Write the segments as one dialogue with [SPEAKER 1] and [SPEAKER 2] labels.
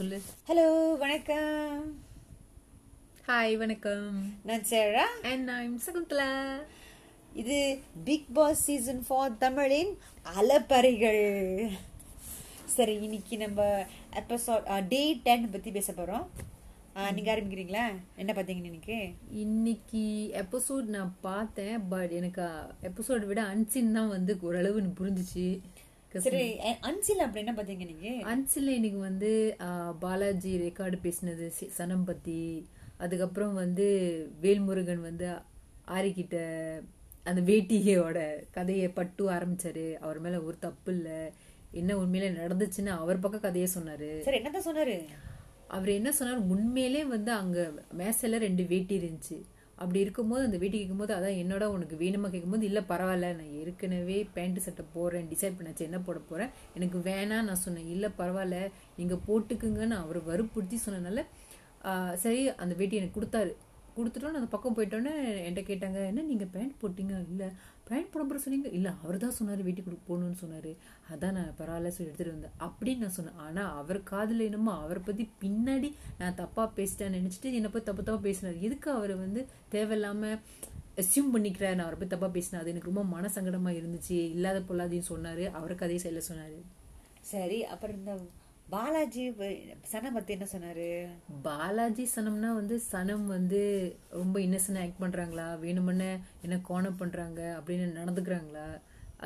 [SPEAKER 1] சொல்லு
[SPEAKER 2] ஹலோ வணக்கம்
[SPEAKER 1] ஹாய் வணக்கம்
[SPEAKER 2] நான் சேரா
[SPEAKER 1] அண்ட் நான் சகுந்தலா
[SPEAKER 2] இது பிக் பாஸ் சீசன் ஃபார் தமிழின் அலப்பறைகள் சரி இன்னைக்கு நம்ம எபிசோட் டே டென் பத்தி பேச போறோம் ஆ, நீங்க ஆரம்பிக்கிறீங்களா என்ன பாத்தீங்க இன்னைக்கு
[SPEAKER 1] இன்னைக்கு எபிசோட் நான் பார்த்தேன் பட் எனக்கு எபிசோட் விட அன்சின் தான் வந்து ஓரளவு எனக்கு புரிஞ்சுச்சு
[SPEAKER 2] சரி அன்சில் அப்படி என்ன பாத்தீங்க நீங்க
[SPEAKER 1] அன்சில் இன்னைக்கு வந்து ஆஹ், பாலாஜி ரெக்கார்டு பேசினது சி- சனம் பத்தி அதுக்கப்புறம் வந்து வேல்முருகன் வந்து ஆரிக்கிட்ட அந்த வேட்டிகையோட கதையை பட்டு ஆரம்பிச்சாரு அவர் மேல ஒரு தப்பு இல்ல என்ன உண்மையில நடந்துச்சுன்னு அவர் பக்கம் கதையை சொன்னாரு
[SPEAKER 2] சரி என்னதான் சொன்னாரு
[SPEAKER 1] அவர் என்ன சொன்னார் உண்மையிலே வந்து அங்க மேசையில ரெண்டு வேட்டி இருந்துச்சு அப்படி இருக்கும்போது அந்த வேட்டி கேட்கும்போது அதான் என்னடா உனக்கு வேணுமா கேட்கும்போது இல்லை பரவாயில்ல நான் ஏற்கனவே பேண்ட் சட்டை போடுறேன் டிசைட் பண்ணாச்சு என்ன போட போறேன் எனக்கு வேணாம் நான் சொன்னேன் இல்லை பரவாயில்ல நீங்க போட்டுக்குங்கன்னு அவர் வற்புறுத்தி சொன்னனால ஆஹ், சரி அந்த வேட்டி எனக்கு கொடுத்தாரு கொடுத்துட்டோம் அந்த பக்கம் போயிட்டோன்னே என்கிட்ட கேட்டாங்க என்ன நீங்கள் பேண்ட் போட்டீங்க இல்லை பேண்ட் போட போகிற சொன்னீங்க இல்லை அவர் தான் சொன்னார் வீட்டுக்கு கொடு- போகணும்னு சொன்னார் அதான் நான் பரவாயில்ல சொல்லி எடுத்துகிட்டு வந்தேன் அப்படின்னு நான் சொன்னேன் ஆனால் அவர் காதில் என்னமோ அவரை பற்றி பின்னாடி நான் தப்பாக பேசிட்டேன்னு நினச்சிட்டு என்னை போய் தப்பு தப்பாக பேசினார் எதுக்கு அவர் வந்து தேவையில்லாமல் அசியூம் பண்ணிக்கிறார் நான் அவரை போய் தப்பாக பேசினேன் அது எனக்கு ரொம்ப மனசங்கடமாக இருந்துச்சு இல்லாத பொல்லாதையும் சொன்னார் அவர் கதையை செய்யல சொன்னார்
[SPEAKER 2] சரி அப்புறம் இந்த பாலாஜி சன பத்தி என்ன சொன்னாரு
[SPEAKER 1] பாலாஜி சனம்னா வந்து சனம் வந்து ரொம்ப இன்னசென்ட் ஆக்ட் பண்றாங்களா வேணுமென்னே என்ன கோணம் பண்றாங்க அப்படின்னு நடந்துக்கிறாங்களா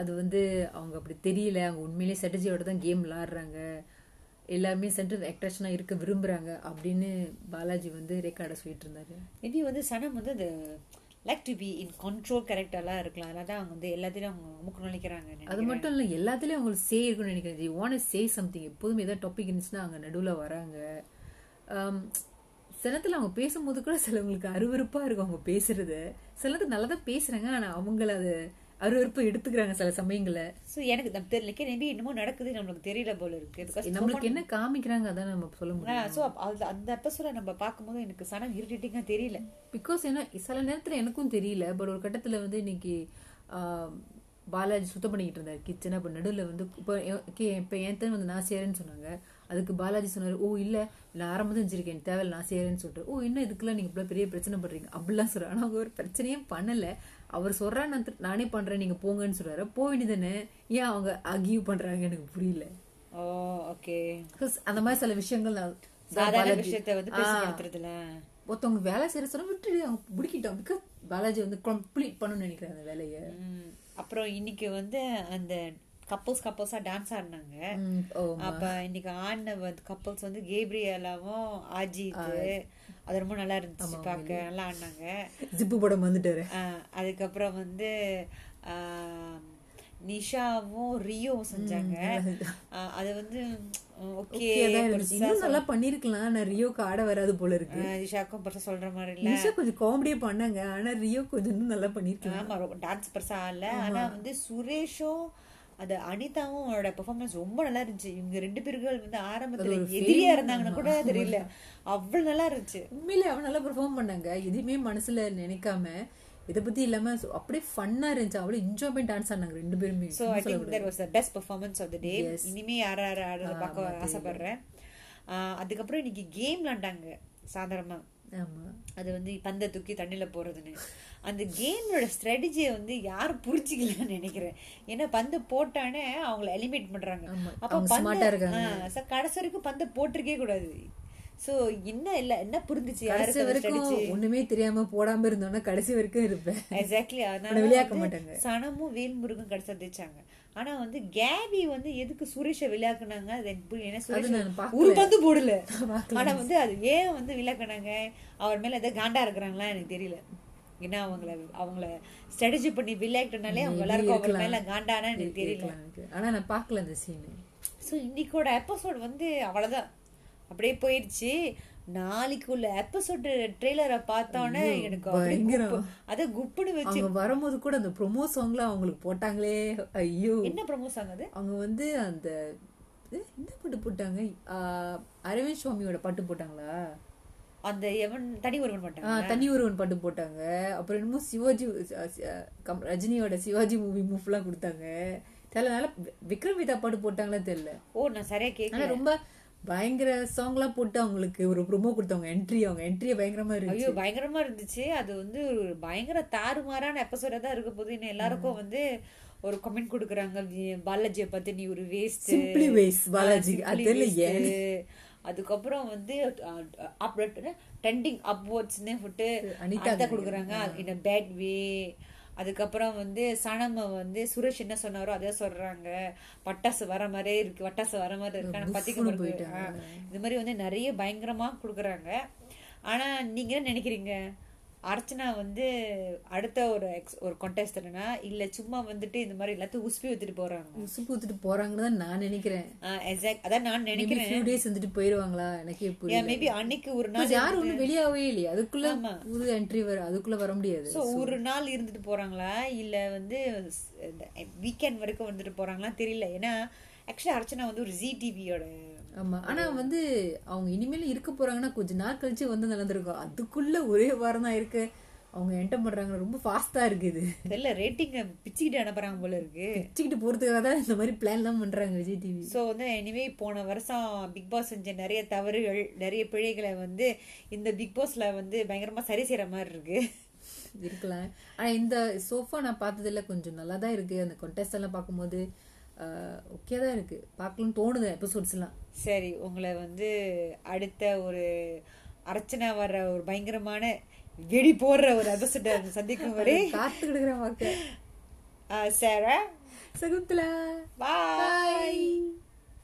[SPEAKER 1] அது வந்து அவங்க அப்படி தெரியல அவங்க உண்மையிலேயே ஸ்ட்ராட்டஜியோட தான் கேம் விளாடுறாங்க எல்லாருமே சென்டர் ஆக்ட்ரஸ்னாக இருக்க விரும்புறாங்க அப்படின்னு பாலாஜி வந்து ரெக்கார்டை சொல்லிட்டு இருந்தாரு
[SPEAKER 2] மேபி வந்து சனம் வந்து அந்த like to be in control கரெக்டாலாம் இருக்கலாம் அதனால தான் அவங்க வந்து எல்லாத்தையும் அவங்க அமுக்கணும் நினைக்கிறாங்க
[SPEAKER 1] அது
[SPEAKER 2] நினைக்கிறேன்.
[SPEAKER 1] மட்டும் இல்லை எல்லாத்துலேயும் அவங்களுக்கு சே இருக்குன்னு நினைக்கிறேன் யூ வாண்ட் சே சம்திங் எப்போதுமே ஏதாவது டாபிக் இருந்துச்சுன்னா அங்கே நடுவில் வராங்க சிலத்தில் அவங்க பேசும்போது கூட சிலவங்களுக்கு அருவருப்பாக இருக்கும் அவங்க பேசுறது சிலது நல்லா தான் பேசுகிறாங்க ஆனால் அவங்கள அது அருவருப்பாக எடுத்துக்கிறாங்க சில சமயங்களில்
[SPEAKER 2] ஸோ எனக்கு நம்ம தெரியல மேபி என்னமோ நடக்குது நம்மளுக்கு தெரியல போல இருக்கு பிகாஸ்
[SPEAKER 1] நம்மளுக்கு என்ன காமிக்கிறாங்க அதான் நம்ம சொல்ல முடியும்
[SPEAKER 2] ஸோ அது அந்த எபிசோட நம்ம பார்க்கும்போது எனக்கு சனம் இரிட்டேட்டிங்காக தெரியல
[SPEAKER 1] பிகாஸ் ஏன்னா சில நேரத்தில் எனக்கும் தெரியல பட் ஒரு கட்டத்தில் வந்து இன்னைக்கு ஆம், பாலாஜி சுத்தம் பண்ணிக்கிட்டு இருந்தார் கிச்சன் அப்போ நடுவில் வந்து இப்போ இப்போ என் தன் வந்து நான் செய்கிறேன்னு சொன்னாங்க அதுக்கு பாலாஜி சொன்னார் ஓ இல்லை நான் ஆரம்பம் செஞ்சிருக்கேன் தேவையில்ல நான் செய்கிறேன்னு சொல்லிட்டு ஓ இன்னும் இதுக்கெல்லாம் நீங்கள் இவ்வளோ பெரிய பிரச்சனை பண்ணுறீங்க அப்படிலாம் சொல்கிறார் ஆனால் அவங்க ஒரு பிரச்சனையே பண்ணலை அவர் சொல்கிறா நான் திரு- நானே பண்ணுறேன் நீங்கள் போங்கன்னு சொல்கிறாரு போக வேண்டியதானே ஏன் அவங்க அக்யூ பண்ணுறாங்க எனக்கு புரியல
[SPEAKER 2] ஓ ஓகே
[SPEAKER 1] பிகாஸ் அந்த மாதிரி சில விஷயங்கள் நான்
[SPEAKER 2] சாதாரண
[SPEAKER 1] பாலாஜி-
[SPEAKER 2] விஷயத்த வந்து
[SPEAKER 1] ஆ.
[SPEAKER 2] பேசுறதுல
[SPEAKER 1] ஒருத்தவங்க வேலை செய்யற சொன்னா விட்டுடு அவங்க பிடிக்கிட்டோம் பிகாஸ் பாலாஜி வந்து கம்ப்ளீட் பண்ணணும்னு நினைக்கிறேன் அந்த வேலையை
[SPEAKER 2] அப்புறம் இன்னைக்கு வந்து அந்த கப்பல்ஸ் கப்பல்ஸா டான்ஸ் ஆடினாங்க
[SPEAKER 1] ம், ஓ,
[SPEAKER 2] அப்ப இன்னைக்கு ஆடின கப்பல்ஸ் வந்து கேப்ரியலாவும் ஆஜித் அது ரொம்ப நல்லா இருந்துச்சு பார்க்க நல்லா ஆடினாங்க
[SPEAKER 1] ஜிப்பு படம் வந்துட்டாரு
[SPEAKER 2] ஆஹ் அதுக்கப்புறம் வந்து ஆஹ் நிஷாவும் ரியோவும் செஞ்சாங்க ஆஹ் அது வந்து ஓகே
[SPEAKER 1] Okay தான் இருந்துச்சு. இன்னும் நல்லா பண்ணிருக்கலாம் ஆனா ரியோக்கு ஆட வராது போல இருக்கு
[SPEAKER 2] நிஷாக்கும் பெருசா சொல்ற மாதிரி இல்ல
[SPEAKER 1] நிஷா கொஞ்சம் காமெடியா பண்ணாங்க ஆனா ரியோ கொஞ்சம் இன்னும் நல்லா பண்ணிருக்கலாம்
[SPEAKER 2] ஆமா ரொம்ப டான்ஸ் பெருசா ஆடல ஆனா வந்து சுரேஷும் அது அனிதாவும் அவரோட பெர்ஃபார்மன்ஸ் ரொம்ப நல்லா இருந்துச்சு இவங்க ரெண்டு பேர்கள் வந்து ஆரம்பத்துல எதிரியா இருந்தாங்கன்னு கூட தெரியல அவ்வளவு நல்லா இருந்துச்சு
[SPEAKER 1] உண்மையிலே அவன் நல்லா பெர்ஃபார்ம் பண்ணாங்க எதுவுமே மனசுல நினைக்காம இத பத்தி இல்லாம so அப்படியே ஃபன்னா இருந்துச்சு அவ்வளவு என்ஜாய் பண்ணி டான்ஸ் ஆனாங்க ரெண்டு பேருமே
[SPEAKER 2] so I think that was the best performance of the day இனிமே யார் யார் ஆடுறத பார்க்க ஆசைப்படுறேன் ஆஹ் அதுக்கப்புறம் இன்னைக்கு கேம் விளாண்டாங்க சாதாரணமா
[SPEAKER 1] ஆமா
[SPEAKER 2] அது வந்து பந்தை தூக்கி தண்ணியில போறதுன்னு அந்த கேமோட ஸ்ட்ராட்டஜியை வந்து யாரும் புரிஞ்சுக்கலன்னு நினைக்கிறேன் ஏன்னா பந்து போட்டானே அவங்கள எலிமினேட் பண்றாங்க அப்ப
[SPEAKER 1] அவங்க smart ஆ
[SPEAKER 2] பந்து
[SPEAKER 1] இருக்காங்க.
[SPEAKER 2] ஆ, so கடைசி வரைக்கும் பந்தை போட்டிருக்கே கூடாது சோ என்ன இல்ல என்ன புரிஞ்சுச்சு
[SPEAKER 1] கடைசி
[SPEAKER 2] யாருக்கு
[SPEAKER 1] வரைக்கும் ஒண்ணுமே தெரியாம போடாம இருந்தோம்னா கடைசி வரைக்கும் இருப்பேன்
[SPEAKER 2] எக்ஸாக்ட்லி அதனால
[SPEAKER 1] உன்னை விளையாக்க
[SPEAKER 2] வந்து
[SPEAKER 1] மாட்டாங்க.
[SPEAKER 2] சனமும் வேல்முருகன் கடைசியா ஜெயிச்சாங்க ஆனா வந்து கேபி வந்து எதுக்கு சுரேஷை விளையாக்குனாங்க அது எனக்கு புரியல. ஏன்னா
[SPEAKER 1] அது நான்
[SPEAKER 2] சுரேஷ்
[SPEAKER 1] பார்க்கல.
[SPEAKER 2] ஒரு பந்து போடல
[SPEAKER 1] பார்க்கல.
[SPEAKER 2] ஆனா வந்து அது ஏன் வந்து விளையாக்குனாங்க அவர் மேல ஏதோ காண்டா இருக்கிறாங்களா எனக்கு தெரியல ஏன்னா அவங்கள அவங்கள ஸ்ட்ராட்டஜி பண்ணி விளையாட்டுனாலே அவங்க எல்லாருக்கும் அவங்க மேல காண்டானா எனக்கு தெரியல
[SPEAKER 1] இருக்கலாம் எனக்கு. ஆனா நான் பார்க்கல அந்த சீன்
[SPEAKER 2] ஸோ இன்னைக்கோட எபிசோட் வந்து அவ்வளோதான் அப்படியே போயிடுச்சு நாளைக்குள்ள எபிசோடு ட்ரெய்லரை பார்த்தோன்னே எனக்கு அப்படியே
[SPEAKER 1] பயங்கரம்.
[SPEAKER 2] குப்பு- அதை குப்புன்னு வச்சு
[SPEAKER 1] அவங்க வரும்போது கூட அந்த ப்ரோமோ சாங்ல அவங்களுக்கு போட்டாங்களே ஐயோ
[SPEAKER 2] என்ன ப்ரமோஸ் ஆகுது
[SPEAKER 1] அவங்க வந்து அந்த இது, என்ன பாட்டு போட்டாங்க ஆ, அரவிந்த் சுவாமியோட பாட்டு போட்டாங்களா
[SPEAKER 2] அந்த எவன் தனி ஒருவன்
[SPEAKER 1] ஆ,
[SPEAKER 2] மாட்டான்
[SPEAKER 1] தனி ஒருவன் பாட்டு போட்டாங்க அப்புறம் என்னமோ சிவாஜி அ, சி- அ, கம்- ரஜினியோட சிவாஜி மூவி மூவ்லாம் கொடுத்தாங்க தெரியல நல்லா விக்ரம் விதா பாட்டு போட்டாங்களா தெரியல
[SPEAKER 2] ஓ நான் சரியா கேட்கல
[SPEAKER 1] ஆனா ரொம்ப பயங்கர சாங்லாம் போட்டு அவங்களுக்கு ஒரு ப்ரோமோ கொடுத்தவங்க என்ட்ரி அவங்க என்ட்ரியே பயங்கரமா இருந்துச்சு
[SPEAKER 2] ஐயோ பயங்கரமா இருந்துச்சு அது வந்து ஒரு பயங்கர தாறுமாறான எபிசோடா தான் இருக்க போது இன்னும் எல்லாருக்கும் வந்து ஒரு கமெண்ட் கொடுக்குறாங்க வி- பாலாஜியை பத்தி நீ ஒரு வேஸ்ட்
[SPEAKER 1] Simply waste, பாலாஜி. அது தெரியல ஏன்.
[SPEAKER 2] அதுக்கப்புறம் வந்து அப்டேட் ட்ரெண்டிங் அப்வர்ட்ஸ்னே விட்டு
[SPEAKER 1] அனிதா
[SPEAKER 2] அனிதா கொடுக்குறாங்க இன் அ பேட் வே அதுக்கப்புறம் வந்து சனம வந்து சுரேஷ் என்ன சொன்னாரோ அதே சொல்றாங்க பட்டாசு வர மாதிரியே இருக்கு வட்டாசு வர மாதிரி இருக்கு ஆனா
[SPEAKER 1] புஃப்னு
[SPEAKER 2] பத்திக்க
[SPEAKER 1] போயிட்டாங்க.
[SPEAKER 2] போயிட்டாங்க இது மாதிரி வந்து நிறைய பயங்கரமா கொடுக்குறாங்க ஆனா நீங்க என்ன நினைக்கிறீங்க அர்ச்சனா வந்து அடுத்த ஒரு ex- ஒரு கொண்டெஸ்ட்னா இல்ல சும்மா வந்துட்டு இந்த மாதிரி எல்லாத்தையும் உஸ்பி ஊத்திட்டு போறாங்க
[SPEAKER 1] உசு ஊத்துட்டு போறாங்கன்னு தான் நான் நினைக்கிறேன்
[SPEAKER 2] எக்ஸாக்ட் அதான் நான்
[SPEAKER 1] மேபி
[SPEAKER 2] நினைக்கிறேன்
[SPEAKER 1] ஃபியூ டேஸ் வந்துட்டு போயிருவாங்களா எனக்கே புரியல
[SPEAKER 2] மேபி அன்னைக்கு ஒரு நாள்
[SPEAKER 1] யாரும் ஒண்ணு வெளியாகவே இல்லையே அதுக்குள்ள
[SPEAKER 2] ஆமா.
[SPEAKER 1] புது என்ட்ரி வர அதுக்குள்ள வர முடியாது
[SPEAKER 2] ஸோ ஒரு நாள் இருந்துட்டு போறாங்களா இல்ல வந்து வீக்கெண்ட் வரைக்கும் வந்துட்டு போறாங்களா தெரியல ஏன்னா ஆக்சுவலி அர்ச்சனா வந்து ஒரு ஜி டிவியோட
[SPEAKER 1] ஆமா ஆனா வந்து அவங்க இனிமேல் இருக்க போறாங்கன்னா கொஞ்ச நாள் கழிச்சு வந்து நடந்திருக்கும் அதுக்குள்ள ஒரே வாரம் தான் இருக்கு அவங்க என்டர் பண்றாங்க ரொம்ப ஃபாஸ்டா இருக்கு இது
[SPEAKER 2] தெரியல ரேட்டிங்க பிச்சுக்கிட்டு அனுப்புறாங்க போல இருக்கு
[SPEAKER 1] வச்சுக்கிட்டு போறதுக்காக தான் இந்த மாதிரி பிளான் எல்லாம் பண்றாங்க விஜய் டிவி
[SPEAKER 2] ஸோ வந்து எனிவே போன வருஷம் பிக் பாஸ் செஞ்ச நிறைய தவறுகள் நிறைய பிழைகளை வந்து இந்த பிக் பாஸ்ல வந்து பயங்கரமா சரி செய்யற மாதிரி இருக்கு
[SPEAKER 1] இருக்கலாம் ஆனா இந்த சோஃபா நான் பார்த்ததுல கொஞ்சம் நல்லா தான் இருக்கு அந்த contest எல்லாம் பார்க்கும்போது ஓகே தான் இருக்கு பார்க்கணும்னு தோணுது எபிசோட்ஸ் எல்லாம்
[SPEAKER 2] சரி உங்களை வந்து அடுத்த ஒரு அர்ச்சனா வர்ற ஒரு பயங்கரமான வெடி போடுற ஒரு எபிசோட சந்திக்கும் வரை
[SPEAKER 1] காத்து
[SPEAKER 2] Uh,
[SPEAKER 1] கிடக்குற வாக்க
[SPEAKER 2] சேரா
[SPEAKER 1] சகுந்தலா
[SPEAKER 2] பாய்
[SPEAKER 1] Bye.